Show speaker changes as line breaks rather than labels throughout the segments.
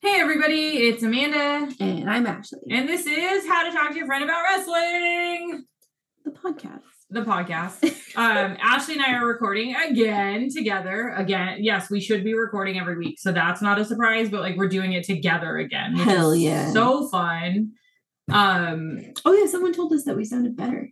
Hey everybody, it's Amanda,
And I'm Ashley,
and this is How to Talk to Your Friend About Wrestling,
the podcast.
the podcast. Um, Ashley and I are recording again together. Again, yes, we should be recording every week, so that's not a surprise. But like, we're doing it together again. which is
Hell yeah.
so fun! Um,
Oh, yeah, someone told us that we sounded better.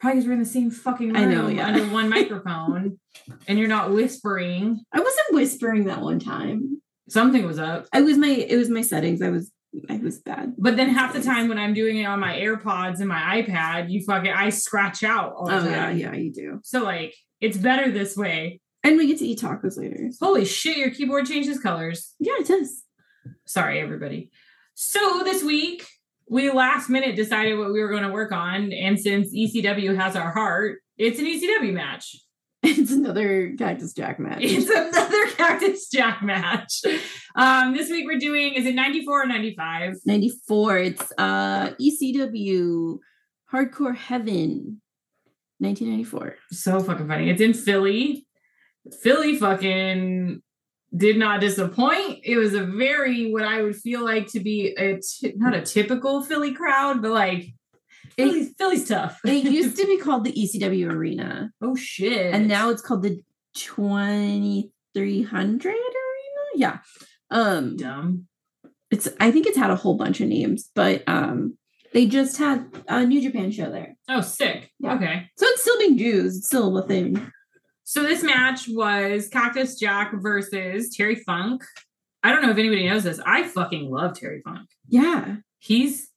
probably because we're in the same fucking room
I know, yeah.
under one microphone, and you're not whispering.
I wasn't whispering that one time.
Something was up.
I was my it was my settings. I was I was bad.
But then half the time when I'm doing it on my AirPods and my iPad, you fucking I scratch out all the
Oh
time.
yeah, yeah, you do.
So like it's better this way.
And we get to eat tacos later.
Holy shit, your keyboard changes colors.
Yeah, it does.
Sorry, everybody. So this week we last minute decided what we were going to work on, and since ECW has our heart, it's an ECW match.
It's another Cactus Jack match.
It's another Cactus Jack match. Um, this week we're doing is it ninety four or ninety five?
94. It's uh ECW Hardcore Heaven 1994.
So fucking funny. It's in Philly. Philly fucking did not disappoint. It was a very what I would feel like to be a t- not a typical Philly crowd, but like Philly's, Philly's tough.
It used to be called the ECW Arena,
oh shit!
and now it's called the 2300 Arena. Yeah. Um
dumb.
it's I think it's had a whole bunch of names, but um they just had a New Japan show there.
Oh, sick.
Yeah.
Okay.
So it's still being used, it's still a thing.
So this match was Cactus Jack versus Terry Funk. I don't know if anybody knows this. I fucking love Terry Funk.
Yeah.
He's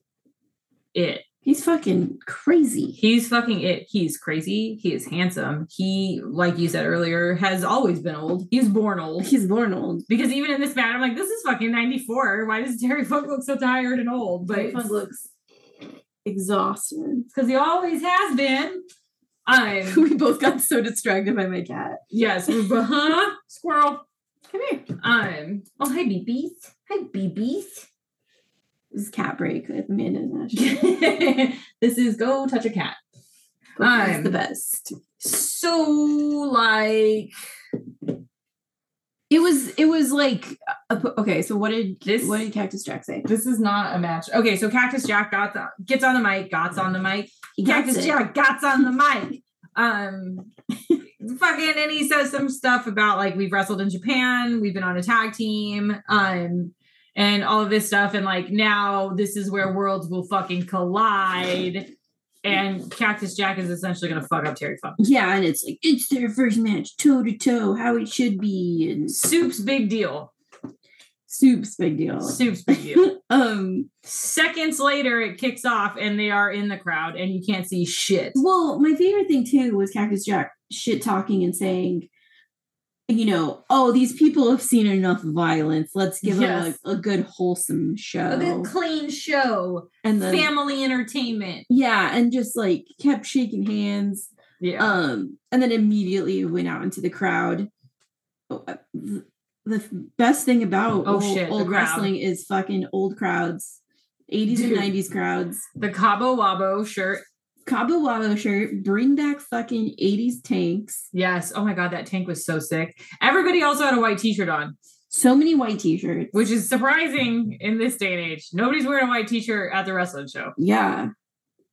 it.
He's fucking crazy.
He's fucking it. He's crazy. He is handsome. He, like you said earlier, has always been old. He's born old.
He's born old.
Because even in this match, I'm like, this is fucking 94. Why does Terry Funk look so tired and old? But
But
it's
looks exhausted.
because he always has been. Um,
We both got so distracted by my cat.
yes, we- huh? Squirrel.
Come here.
Um, oh hi BBs. Hi BBs.
This is cat break with Amanda and Ash.
this is go touch a cat.
That's
I'm-
the best.
So like
It was it was like uh, okay, so what did
This-
what did Cactus Jack say?
This is not a match. Okay, so Cactus Jack got the, gets on the mic, gots on the mic.
He got
Cactus
it.
Jack gots on the mic. Um, fucking, and he says some stuff about like we've wrestled in Japan, we've been on a tag team, um, and all of this stuff, and like now this is where worlds will fucking collide. And Cactus Jack is essentially gonna fuck up Terry Funk.
Yeah, and it's like it's their first match, toe to toe, how it should be, and
Soup's big deal.
Soup's big deal.
Soup's big deal.
Um,
Seconds later, it kicks off, and they are in the crowd, and you can't see shit.
well, my favorite thing too was Cactus Jack shit talking and saying, you know, oh, these people have seen enough violence. Let's give
Yes.
them a, a good wholesome
a
show.
good clean show,
And then
family entertainment.
yeah, and just like kept shaking hands.
Yeah.
Um, and then immediately went out into the crowd. Oh, uh, The the f- best thing about
Oh,
old,
shit, the
old
crowd.
wrestling is fucking old crowds, 80s
Dude.
and 90s crowds.
the Cabo Wabo shirt.
Cabo Wabo shirt, bring back fucking 80s tanks.
Yes. Oh my God, that tank was so sick. Everybody also had a white t shirt on,
So many white t-shirts.
which is surprising in this day and age. Nobody's wearing a white t shirt at the wrestling show.
Yeah.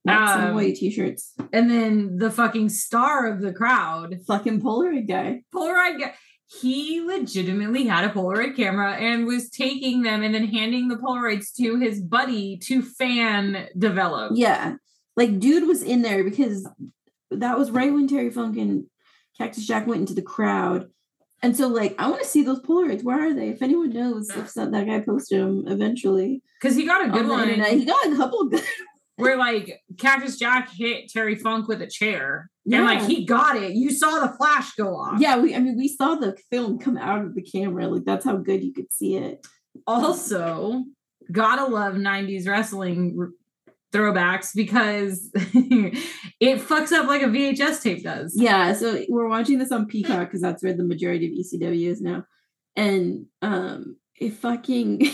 Lots
Um,
of white t-shirts.
And then the fucking star of the crowd,
Fucking Polaroid guy.
Polaroid guy. He legitimately had a Polaroid camera and was taking them and then handing the Polaroids to his buddy to fan develop.
Yeah. Like dude was in there because that was right when Terry Funk and Cactus Jack went into the crowd. And so like I want to see those Polaroids. Where are they? If anyone knows if so- that guy posted them eventually
Because he got a
on
good
the
one.
internet. He got a couple good
where like Cactus Jack hit Terry Funk with a chair
Yeah.
and like he got it. You saw the flash go off.
Yeah, we I mean we saw the film come out of the camera. Like that's how good you could see it.
Also, gotta love 90s wrestling r- throwbacks because it fucks up like a VHS tape does.
Yeah, so we're watching this on Peacock because that's where the majority of ECW is now. And um it fucking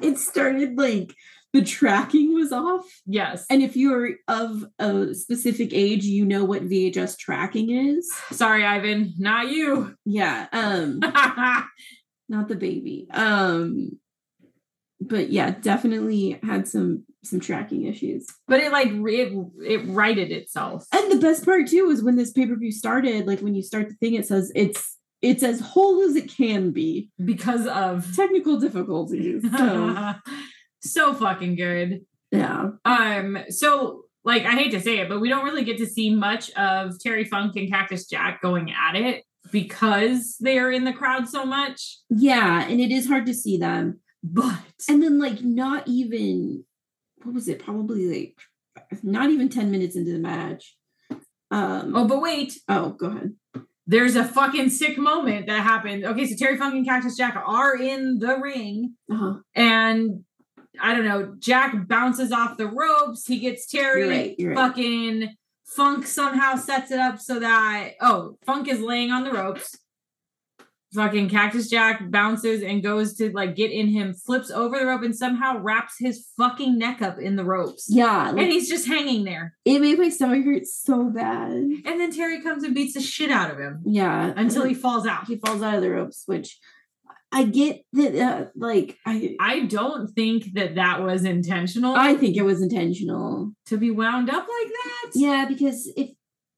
it started like the tracking was off.
Yes.
And if you're of a specific age, you know what VHS tracking is.
Sorry, Ivan, not you.
Yeah. Um not the baby. Um but yeah, definitely had some some tracking issues.
but it like re- it, it righted itself.
And the best part too was when this pay per view started. Like when you start the thing, it says it's it's as whole as it can be.
because of
Technical difficulties. So
so fucking good.
yeah,
Um, so like I hate to say it, but we don't really get to see much of Terry Funk and Cactus Jack going at it because they are in the crowd so much.
yeah, and it is hard to see them.
But
And then like not even what was it? Probably like not even ten minutes into the match. Um.
oh, but wait,
oh, go ahead.
there's a fucking sick moment that happened. Okay, so Terry Funk and Cactus Jack are in the ring,
Uh-huh.
and I don't know, Jack bounces off the ropes, he gets Terry.
You're right. You're right.
fucking Funk somehow sets it up so that oh, Funk is laying on the ropes. Fucking Cactus Jack bounces and goes to like get in him, flips over the rope, and somehow wraps his fucking neck up in the ropes.
Yeah,
And
like,
he's just hanging there.
it made my stomach hurt so bad.
And then Terry comes and beats the shit out of him
Yeah,
until he falls out.
he falls out of the ropes, which I get that. Uh, like I,
I don't think that that was intentional
I think it was intentional.
to be wound up like that.
Yeah, because if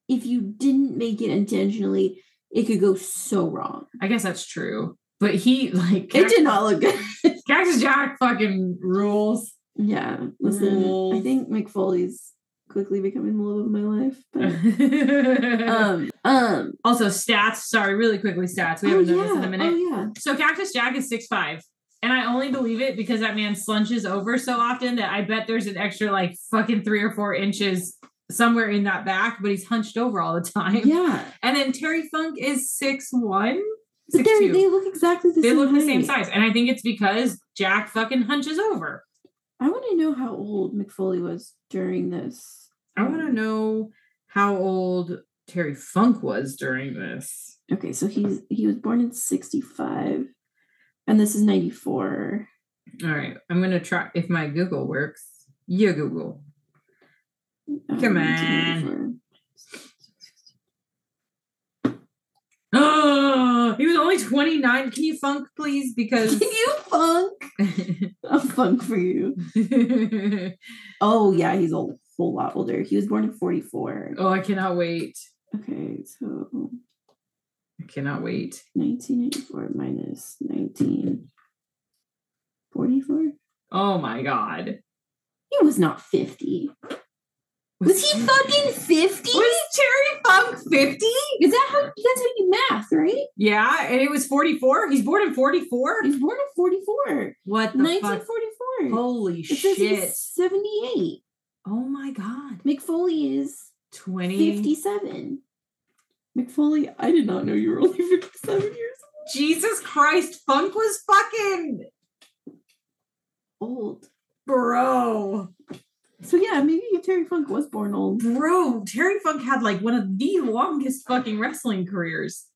if you didn't make it intentionally, it could go so wrong.
I guess that's true. But he like
It did not look good.
Cactus Jack fucking rules.
yeah, listen, I
Rules.
think Mick Foley's quickly becoming the love of my life. But,
also,
um, um,
stats. Sorry, really quickly, stats. We
oh
haven't done this in
yeah,
a minute.
oh yeah,
So Cactus Jack is six five, and I only believe it because that man slunches over so often that I bet there's an extra like fucking three or four inches somewhere in that back, but he's hunched over all the time.
yeah.
And then Terry Funk is six one.
But they
6'2".
they look exactly the
They
same.
look the same
height.
size, and I think it's because Jack fucking hunches over.
I want to know how old Mick Foley was during this.
I want to know how old Terry Funk was during this.
Okay, so he's he was born in sixty five, and this is ninety four.
All right, I'm gonna try if my Google works. You Google.
Um,
Come on. Oh, he was only 29. Can you funk, please?
Can
Because
you funk? I'll funk for you.
Mm. oh,
Oh yeah, he's a whole lot older. He was born in forty four.
Oh, I cannot wait.
Okay, so
I cannot wait.
nineteen ninety four minus nineteen forty four.
Oh my god.
He was not fifty. Was he fucking fifty?
Was Terry Funk 50?
Is that how that's how you math, right?
Yeah, and it was 44. He's born in 44.
He's born in forty four.
What the
Nineteen
fuck?
forty four.
Holy
It says
shit.
he's seventy eight.
Oh my god.
McFoley is
20.
57. McFoley, I did not know you were only 57 years
Jesus Christ. Funk was fucking
old.
bro.
So yeah, maybe Terry Funk was born old.
Bro, Terry Funk had like one of the longest fucking wrestling careers.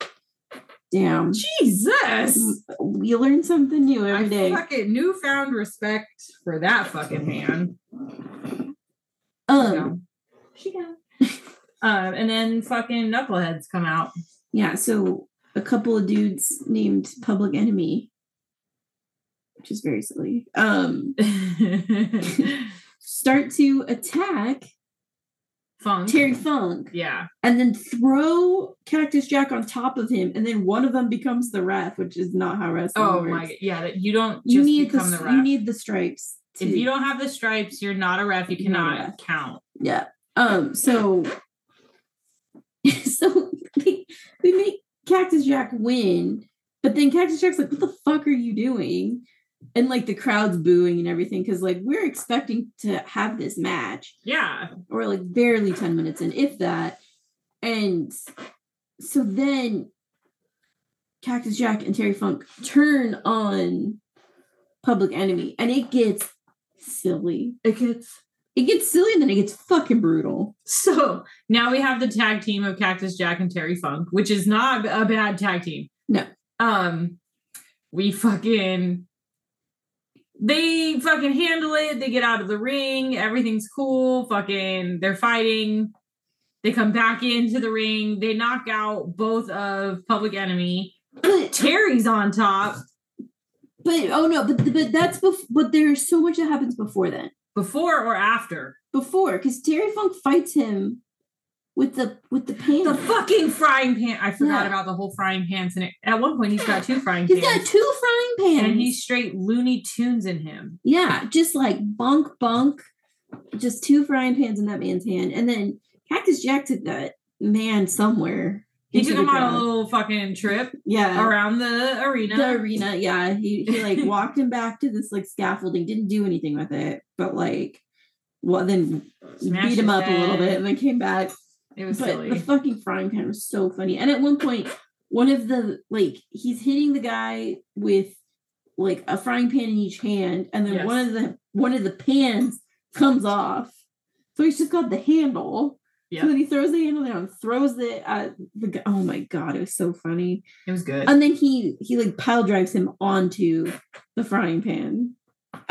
Damn.
Jesus.
We learn something new every day.
Fucking newfound respect for that fucking man.
Um,
She got. Um, and then fucking knuckleheads come out.
yeah, so a couple of dudes named Public Enemy, which is very silly, um, start to attack
Funk.
Terry Funk
yeah.
and then throw Cactus Jack on top of him. And then one of them becomes the ref, which is not how wrestling
Oh
works.
my. Yeah. That you don't just
you need the,
become the,
s-
ref.
you need the stripes.
if
to-
you don't have the stripes, you're not a ref. You
You're not a
cannot count.
yeah. Um. So, so they they make Cactus Jack win, but then Cactus Jack's like, "What the fuck are you doing?" and like the crowd's booing and everything because like we're expecting to have this match
Yeah.
or like barely 10 minutes in, if that. And so then Cactus Jack and Terry Funk turn on Public Enemy and it gets silly.
It gets
It gets silly and then it gets fucking brutal.
so now we have the tag team of Cactus Jack and Terry Funk, which is not a bad tag team.
No.
Um, we fucking they fucking handle it. They get out of the ring. Everything's cool. Fucking they're fighting. They come back into the ring. They knock out both of Public Enemy.
But
Terry's on top
but oh no, but but that's bef- but there's so much that happens before then.
before or after.
Before because Terry Funk fights him with the with the pan.
The fucking frying pan. I forgot
Yeah.
about the whole frying pans. And at one point, he's got two frying
He's
pans.
got two frying pans.
and he's straight Looney Tunes in him.
Yeah, just like bonk bonk, just two frying pans in that man's hand, and then Cactus Jack took that man somewhere.
He
into
took
the
him on
crowd.
a little fucking trip
yeah
around the arena.
the arena. Yeah, he he like walked him back to this like scaffolding. Didn't do anything with it, but like, well, then
Smashed
beat him
his
up a little
head.
bit, and then came back.
It was
but
silly.
the fucking frying pan was so funny. And at one point, one of the like he's hitting the guy with like a frying pan in each hand, and then
Yes.
one of the one of the pans comes off. So he's just got the handle.
Yeah.
So then he throws the handle down, throws it at the guy. Oh my god, it was so funny.
it was good.
And then he he like pile drives him onto the frying pan.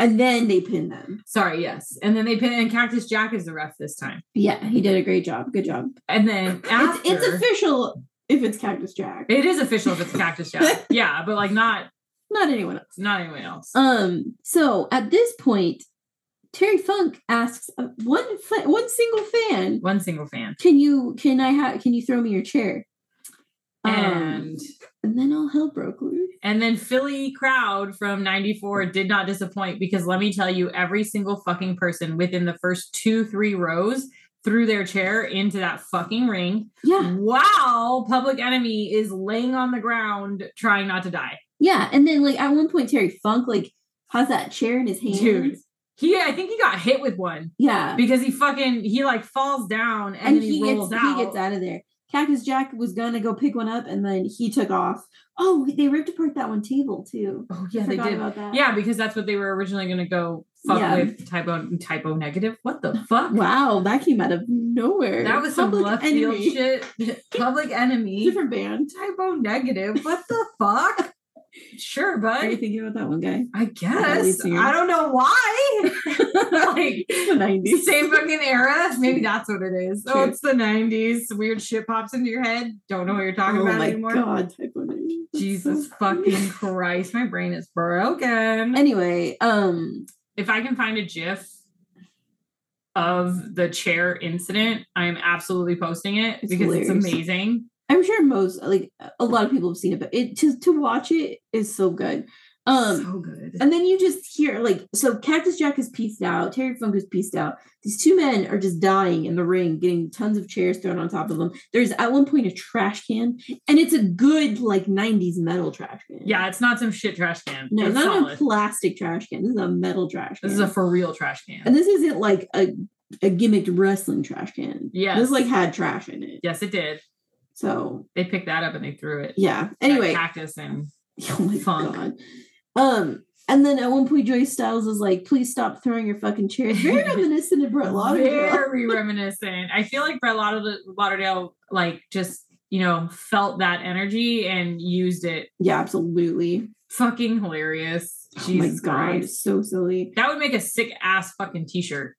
And then they pin them.
Sorry, yes. And then they pin and Cactus Jack is the ref this time.
Yeah, he did a great job. Good job.
And then after
It's, it's official if it's Cactus Jack.
it is official if it's Cactus Jack. yeah, but like not
Not anyone else.
not anyone else.
Um. So at this point, Terry Funk asks uh, one fa- one single fan,
One single fan.
"Can you can I have can you throw me your chair?" Um,
And
and then all hell broke loose.
and then Philly crowd from 94 did not disappoint because let me tell you, every single fucking person within the first two, three rows threw their chair into that fucking ring.
Yeah,
Wow, Public Enemy is laying on the ground trying not to die.
yeah. And then like at one point, Terry Funk like has that chair in his hand.
Dude. He I think he got hit with one
Yeah,
because he fucking he like falls down and,
and,
then he,
he
rolls
gets
out.
he gets out of there. Cactus Jack was gonna go pick one up, and then he took off. Oh, they ripped apart that one table too.
Oh
I
yeah, they
forgot
did.
about that.
Yeah, because that's what they were originally gonna go fuck
Yeah.
with typo typo negative. What the fuck?
Wow, that came out of nowhere.
That was some
Public
left
enemy.
field shit. Public enemy.
Different band.
typo negative. What the fuck? Sure,
What are you
bud.
thinking about that one guy?
I guess.
least you-
I don't know why. like
The 90s.
same fucking era. Maybe that's what it is. Oh,
True.
it's the 90s. Weird shit pops into your head. Don't know what you're talking
oh
about
my
anymore.
god, type one name. That's
Jesus
so funny.
fucking Christ. My brain is broken.
Anyway, um,
If I can find a GIF of the chair incident, I am absolutely posting it
It's
because it's
hilarious.
amazing.
I'm sure most like a lot of people have seen it, but it to to watch it is so good. Um,
so good.
and then you just hear like so Cactus Jack is pieced out, Terry Funk is pieced out. These two men are just dying in the ring, getting tons of chairs thrown on top of them. There's at one point a trash can, and it's a good like 90s metal trash can.
Yeah, it's not some shit trash can.
No,
it's
not
solid.
a plastic trash can. This is a metal trash can.
this is a for real trash can.
and this isn't like a, a gimmicked wrestling trash can.
Yes.
This like had trash in it.
yes, it did.
So
They picked that up and they threw it.
yeah.
at
Anyway.
Cactus and
Oh my
Funk.
god. Um and then at one point Joyce Styles is like, please stop throwing your fucking chair. It's very reminiscent of Brett Lauderdale.
very reminiscent. I feel like Brett Lauderdale, Lauderdale, like just you know felt that energy and used it.
Yeah, absolutely.
Fucking hilarious. Jesus
oh my god.
Christ.
it's So silly.
That would make a sick ass fucking t-shirt.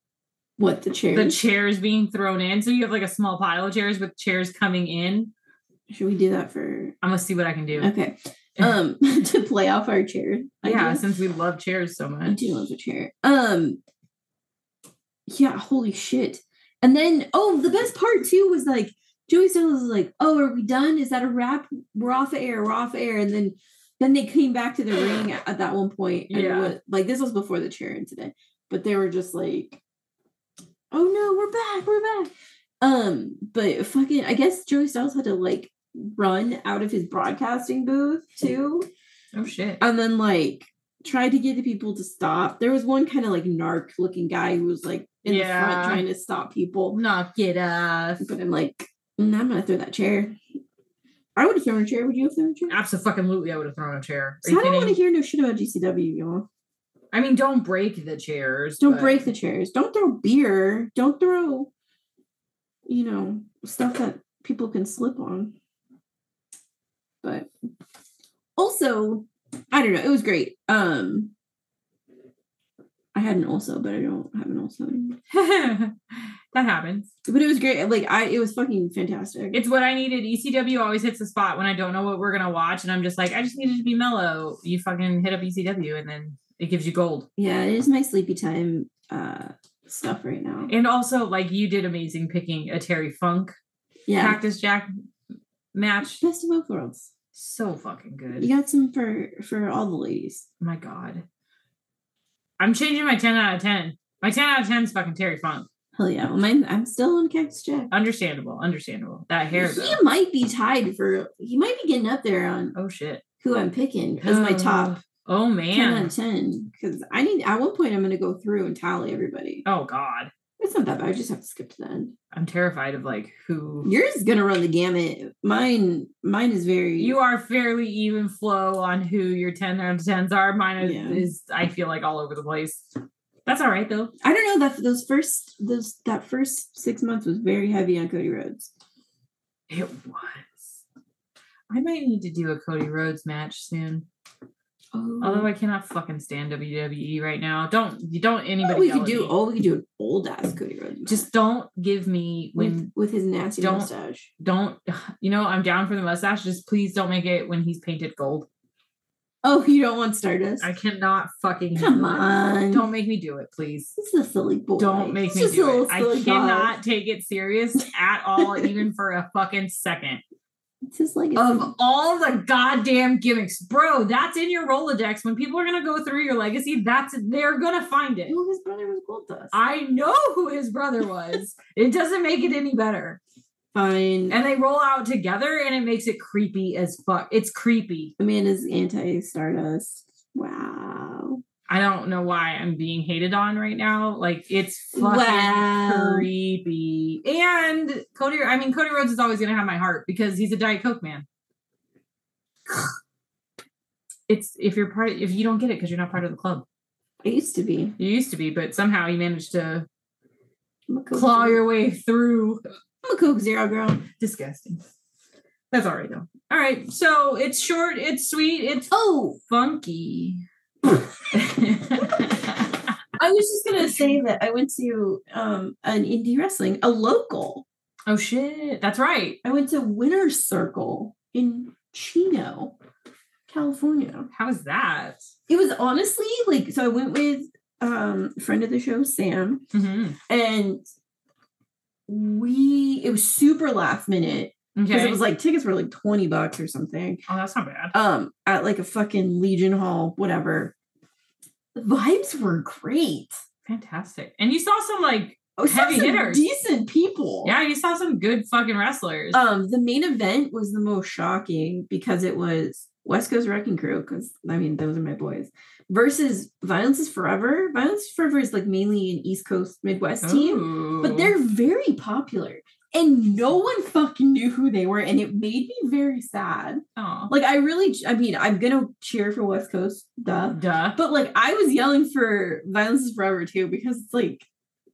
What the chair?
The chairs being thrown in. So you have like a small pile of chairs with chairs coming in.
Should we do that for
I'm gonna see what I can do.
okay. Um to play off our chair.
Yeah,
idea.
since we love chairs so
I
much.
do love the chair. Um, yeah, holy shit. And then, oh, the best part too was like Joey Styles was like, "Oh, are we done? Is that a wrap? We're off air. We're off air." And then, then they came back to the ring at, at that one point. And it
Yeah.
was- like this was before the chair incident, but they were just like, "Oh no, we're back. We're back." Um, but fucking, I guess Joey Styles had to like run out of his broadcasting booth too
Oh shit.
and then like tried to get the people to stop. There was one kind of like narc looking guy who was like in the
Yeah.
front trying to stop people.
Knock it off.
But I'm like, "Mm, I'm gonna throw that chair. I would have thrown a chair. Would you have thrown a chair?
Absolutely, I would have thrown a chair. Are
So
you
I don't want to
kidding?
hear no shit about GCW, y'all.
I mean, don't break the chairs.
Don't
but-
break the chairs. Don't throw beer. Don't throw, you know, stuff that people can slip on. But also, I don't know. It was great. Um, I had an also, but I don't have an also anymore.
that happens.
But it was great. Like I, it was fucking fantastic.
It's what I needed. ECW always hits the spot when I don't know what we're gonna watch, and I'm just like, I just needed to be mellow. You fucking hit up ECW, and then it gives you gold.
yeah, it is my sleepy time uh stuff right now.
And also, like you did amazing picking a Terry Funk
Yeah,
Cactus Jack match.
best of both worlds.
So fucking good.
You got some for for all the ladies.
My God. I'm changing my 10 out of 10. My 10 out of 10 is fucking Terry Funk.
Hell yeah. Well, mine, I'm still on Cactus Jack.
Understandable. Understandable. That hair.
he
though.
might be tied for. He might be getting up there on
Oh shit.
who I'm picking as my
Oh.
top
Oh
ten out
man.
of ten. Because I need at one point I'm going to go through and tally everybody.
Oh god.
It's not that bad. I just have to skip to the end.
I'm terrified of like who
Yours is going to run the gamut. Mine, mine is very.
you are fairly even flow on who your 10 out of 10s are. Mine is,
Yeah.
is I feel like all over the place. That's all right though.
I don't know that those first those that first six months was very heavy on Cody Rhodes.
It was. I might need to do a Cody Rhodes match soon.
Oh,
Although I cannot fucking stand WWE right now. Don't you don't anybody
we
yell
could
at
do
me.
oh we could do an old ass Cody Rhodes match
just don't give me
with
when
with his nasty
don't-
mustache.
don't you know I'm down for the mustache. Just please don't make it when he's painted gold.
Oh, you don't want Stardust?
I cannot fucking
Come
do it.
on,
Don't make me do it, please.
This is a silly boy.
Don't make
It's
me
just a
do
little
it. I
silly guy.
cannot take it serious at all, even for a fucking second.
It's just like a
Of all the goddamn gimmicks, bro, that's in your Rolodex. When people are gonna go through your legacy, that's they're gonna find it.
silly- well, his brother was gold dust.
I know who his brother was. it doesn't make it any better.
Fine.
and they roll out together and it makes it creepy as fuck it's creepy
I mean, is anti Stardust. Wow.
i don't know why i'm being hated on right now like it's fucking
Wow.
creepy and cody i mean cody rhodes is always gonna have my heart because he's a diet coke man it's if you're part if you don't get it because you're not part of the club
I used to be.
you used to be but somehow you managed to
I'm a Coke
claw
Zero-
your way through
I'm a Coke Zero girl.
disgusting that's all right though all right so it's short it's sweet it's
Oh,
funky.
I was just gonna say that I went to um an indie wrestling, a local.
oh shit, that's right.
I went to Winter Circle in Chino, California.
How is that?
It was honestly like so I went with um friend of the show, Sam,
Mhm.
and we it was super last minute because
Okay.
it was like tickets were like 20 bucks or something.
oh, that's not bad.
Um at like a fucking Legion Hall, whatever. The vibes were great.
Fantastic. And you saw some like,
Oh, we saw
Heavy
some
hitters.
decent people.
yeah, you saw some good fucking wrestlers.
Um, the main event was the most shocking because it was West Coast Wrecking Crew, because I mean those are my boys, versus Violence is Forever. Violence is Forever is like mainly an East Coast Midwest
Oh.
team,
Ooh.
but they're very popular. And no one fucking knew who they were, and it made me very sad.
Aw.
Like I really, I mean, I'm gonna cheer for West Coast, duh.
Oh, duh.
But like I was yelling for Violence is Forever too because it's like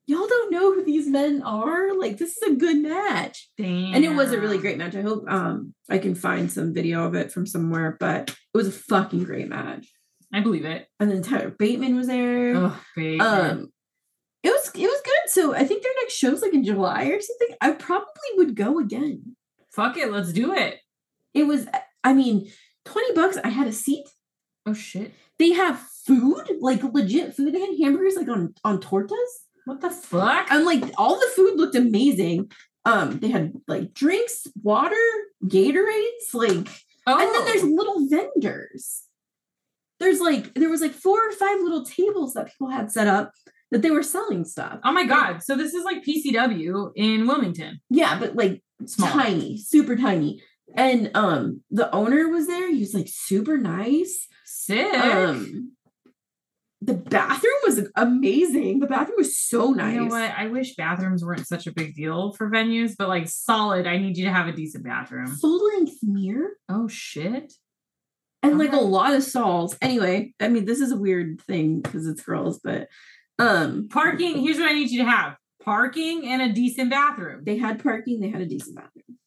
y'all don't know who these men are. Like this is a good match
Damn.
and it was a really great match. I hope um I can find some video of it from somewhere, but it was a fucking great match.
I believe it.
And then Tyler Bateman was there.
Oh, baby.
um, it was it was good. So I think their next show's like in July or something. I probably would go again.
Fuck it, let's do it.
It was I mean twenty bucks. I had a seat.
Oh shit.
They have food, like legit food. They had hamburgers like on on tortas.
What the fuck?
Oh, and like all the food looked amazing. Um, they had like drinks, water, Gatorades, like
oh.
And then there's little vendors. There's like there was like four or five little tables that people had set up that they were selling stuff.
Oh my god. So this is like PCW in Wilmington.
Yeah, but like
Small.
tiny, super tiny. And um the owner was there, he was like super nice.
Sick.
Um the bathroom was amazing. The bathroom was so nice.
You know what? I wish bathrooms weren't such a big deal for venues, but like solid, I need you to have a decent bathroom.
Full length mirror
Oh shit.
and like a
Okay.
lot of stalls. Anyway, I mean, this is a weird thing because it's girls, but um,
Parking, here's what I need you to have. Parking and a decent bathroom.
they had parking. They had a decent bathroom,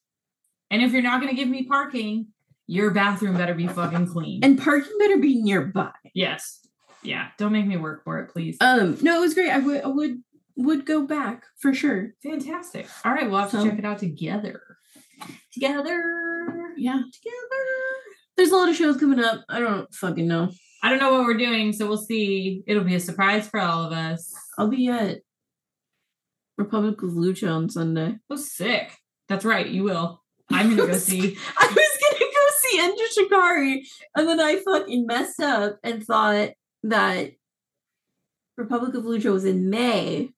And if you're not going to give me parking, your bathroom better be fucking clean.
and parking better be nearby.
yes. Yeah. Don't make me work for it, please.
Um, no, it was great. I would I would would go back for sure.
Fantastic. All right. We'll have to
So-
check it out together. Together.
Yeah, together. There's a lot of shows coming up. I don't fucking know.
I don't know what we're doing, so we'll see. It'll be a surprise for all of us.
I'll be at Republic of Lucha on Sunday.
Oh, sick. That's right. You will. I'm going to go see.
I was gonna go see Ender Shikari, and then I fucking messed up and thought that Republic of Lucha was in May,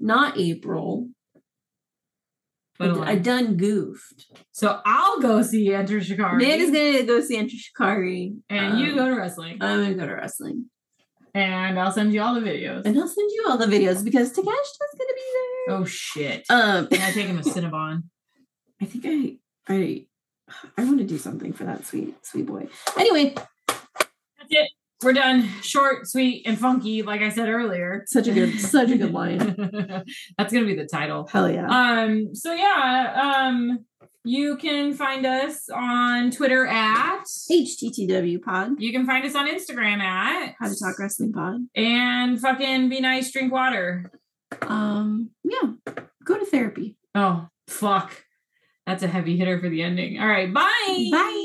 not April. I
But
d- I done goofed.
So I'll go see Enter Shikari.
Man is gonna go see Enter Shikari,
and you
Um,
go to wrestling.
I'm gonna go to wrestling,
and I'll send you all the videos.
and I'll send you all the videos because Takeshita's gonna be there.
oh, shit.
Um,
Can I take him a Cinnabon?
I think I I I want to do something for that sweet sweet boy. Anyway,
That's it. We're done. Short, sweet, and funky, like I said earlier.
such a good such a good line.
That's going to be the title.
Hell yeah.
um so yeah um you can find us on twitter at
HTTW pod.
you can find us on instagram at
How to Talk Wrestling Pod.
and fucking be nice drink water
Um, yeah, go to therapy.
oh fuck that's a heavy hitter for the ending all right bye
Bye.